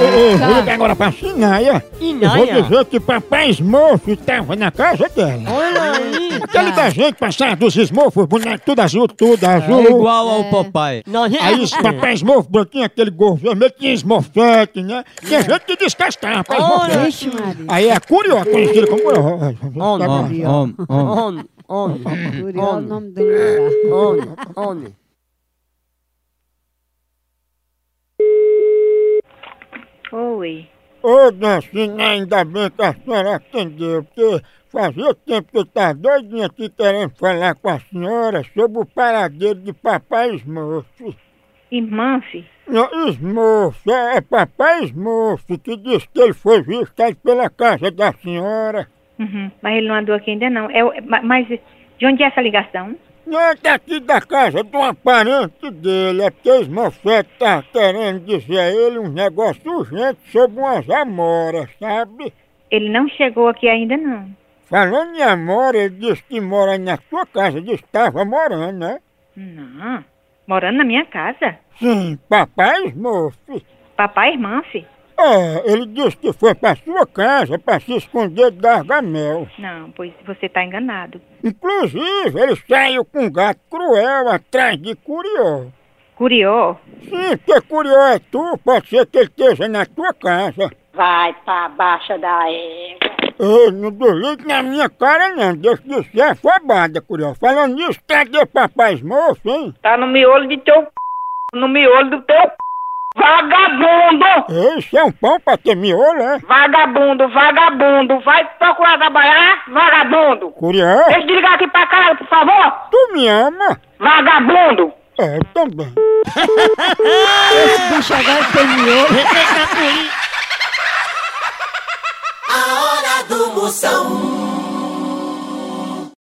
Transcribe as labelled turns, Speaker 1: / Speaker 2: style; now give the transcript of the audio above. Speaker 1: Ô, ô, vou ligar agora pra Sinaia.
Speaker 2: Sinaia?
Speaker 1: Eu vou dizer que papai Smurf tava na casa
Speaker 3: Ah.
Speaker 1: dela.
Speaker 2: Olha aí.
Speaker 1: Aquele da gente passar dos Smurfs, boneco tudo azul, tudo azul.
Speaker 3: É igual ao papai.
Speaker 2: Nós
Speaker 1: Aí os papéis mofos branquinhos, aquele gorro vermelho, tinha esmofete, né?
Speaker 3: É.
Speaker 1: Tinha gente que descascava, rapaz,
Speaker 2: Olha.
Speaker 1: esmofete.
Speaker 4: Vixe, Maria.
Speaker 1: Aí é curioso, conhecido como curioso.
Speaker 3: Oh,
Speaker 2: Olha.
Speaker 1: Tá bom.
Speaker 3: Homem, homem, homem.
Speaker 2: Homem, homem,
Speaker 4: Curioso o nome do lugar.
Speaker 2: homem, homem.
Speaker 5: Oi.
Speaker 1: Ô, Dancina, ainda bem que a senhora atendeu, porque fazia tempo que eu estava doidinha aqui querendo falar com a senhora sobre o paradeiro de papai Smurf.
Speaker 5: Irmãfe?
Speaker 1: Não, Smurf, é, é papai Smurf que disse que ele foi visitado pela casa da senhora.
Speaker 5: Uhum. Mas ele não andou aqui ainda não. É, o- ma- mas de onde é essa ligação?
Speaker 1: Não, tá aqui da casa de um parente dele, é porque os mofetes tá querendo dizer a ele um negócio urgente sobre umas amoras, sabe?
Speaker 5: Ele não chegou aqui ainda não.
Speaker 1: Falando em amora, ele disse que mora na sua casa, disse que estava morando, né?
Speaker 5: Não. Morando na minha casa.
Speaker 1: Sim, papai Smurf.
Speaker 5: Papai Irmãfe?
Speaker 1: É, ele disse que foi pra sua casa pra se esconder de Gargamel.
Speaker 5: Não, pois você está enganado.
Speaker 1: Inclusive, ele saiu com um gato cruel atrás de Curió.
Speaker 5: Curió?
Speaker 1: Sim, porque Curió é tu, pode ser que ele esteja na tua casa.
Speaker 6: Vai pra baixa da égua.
Speaker 1: Ei, não duvido na minha cara não, deixa de ser afobada, curioso. Falando nisso, cadê papai Smurf, hein?
Speaker 6: Tá no miolo de teu c... No miolo do teu c... Vagabundo!
Speaker 1: Ei, Isso é um pão pra ter miolo, é?
Speaker 6: Vagabundo, vagabundo. Vai procurar trabalhar, vagabundo.
Speaker 1: Curioso,
Speaker 6: Deixa eu desligar aqui pra caralho, por favor.
Speaker 1: tu me ama?
Speaker 6: Vagabundo!
Speaker 1: É, eu também.
Speaker 4: Esse bicho agora tem miolo.
Speaker 7: A hora do Moção.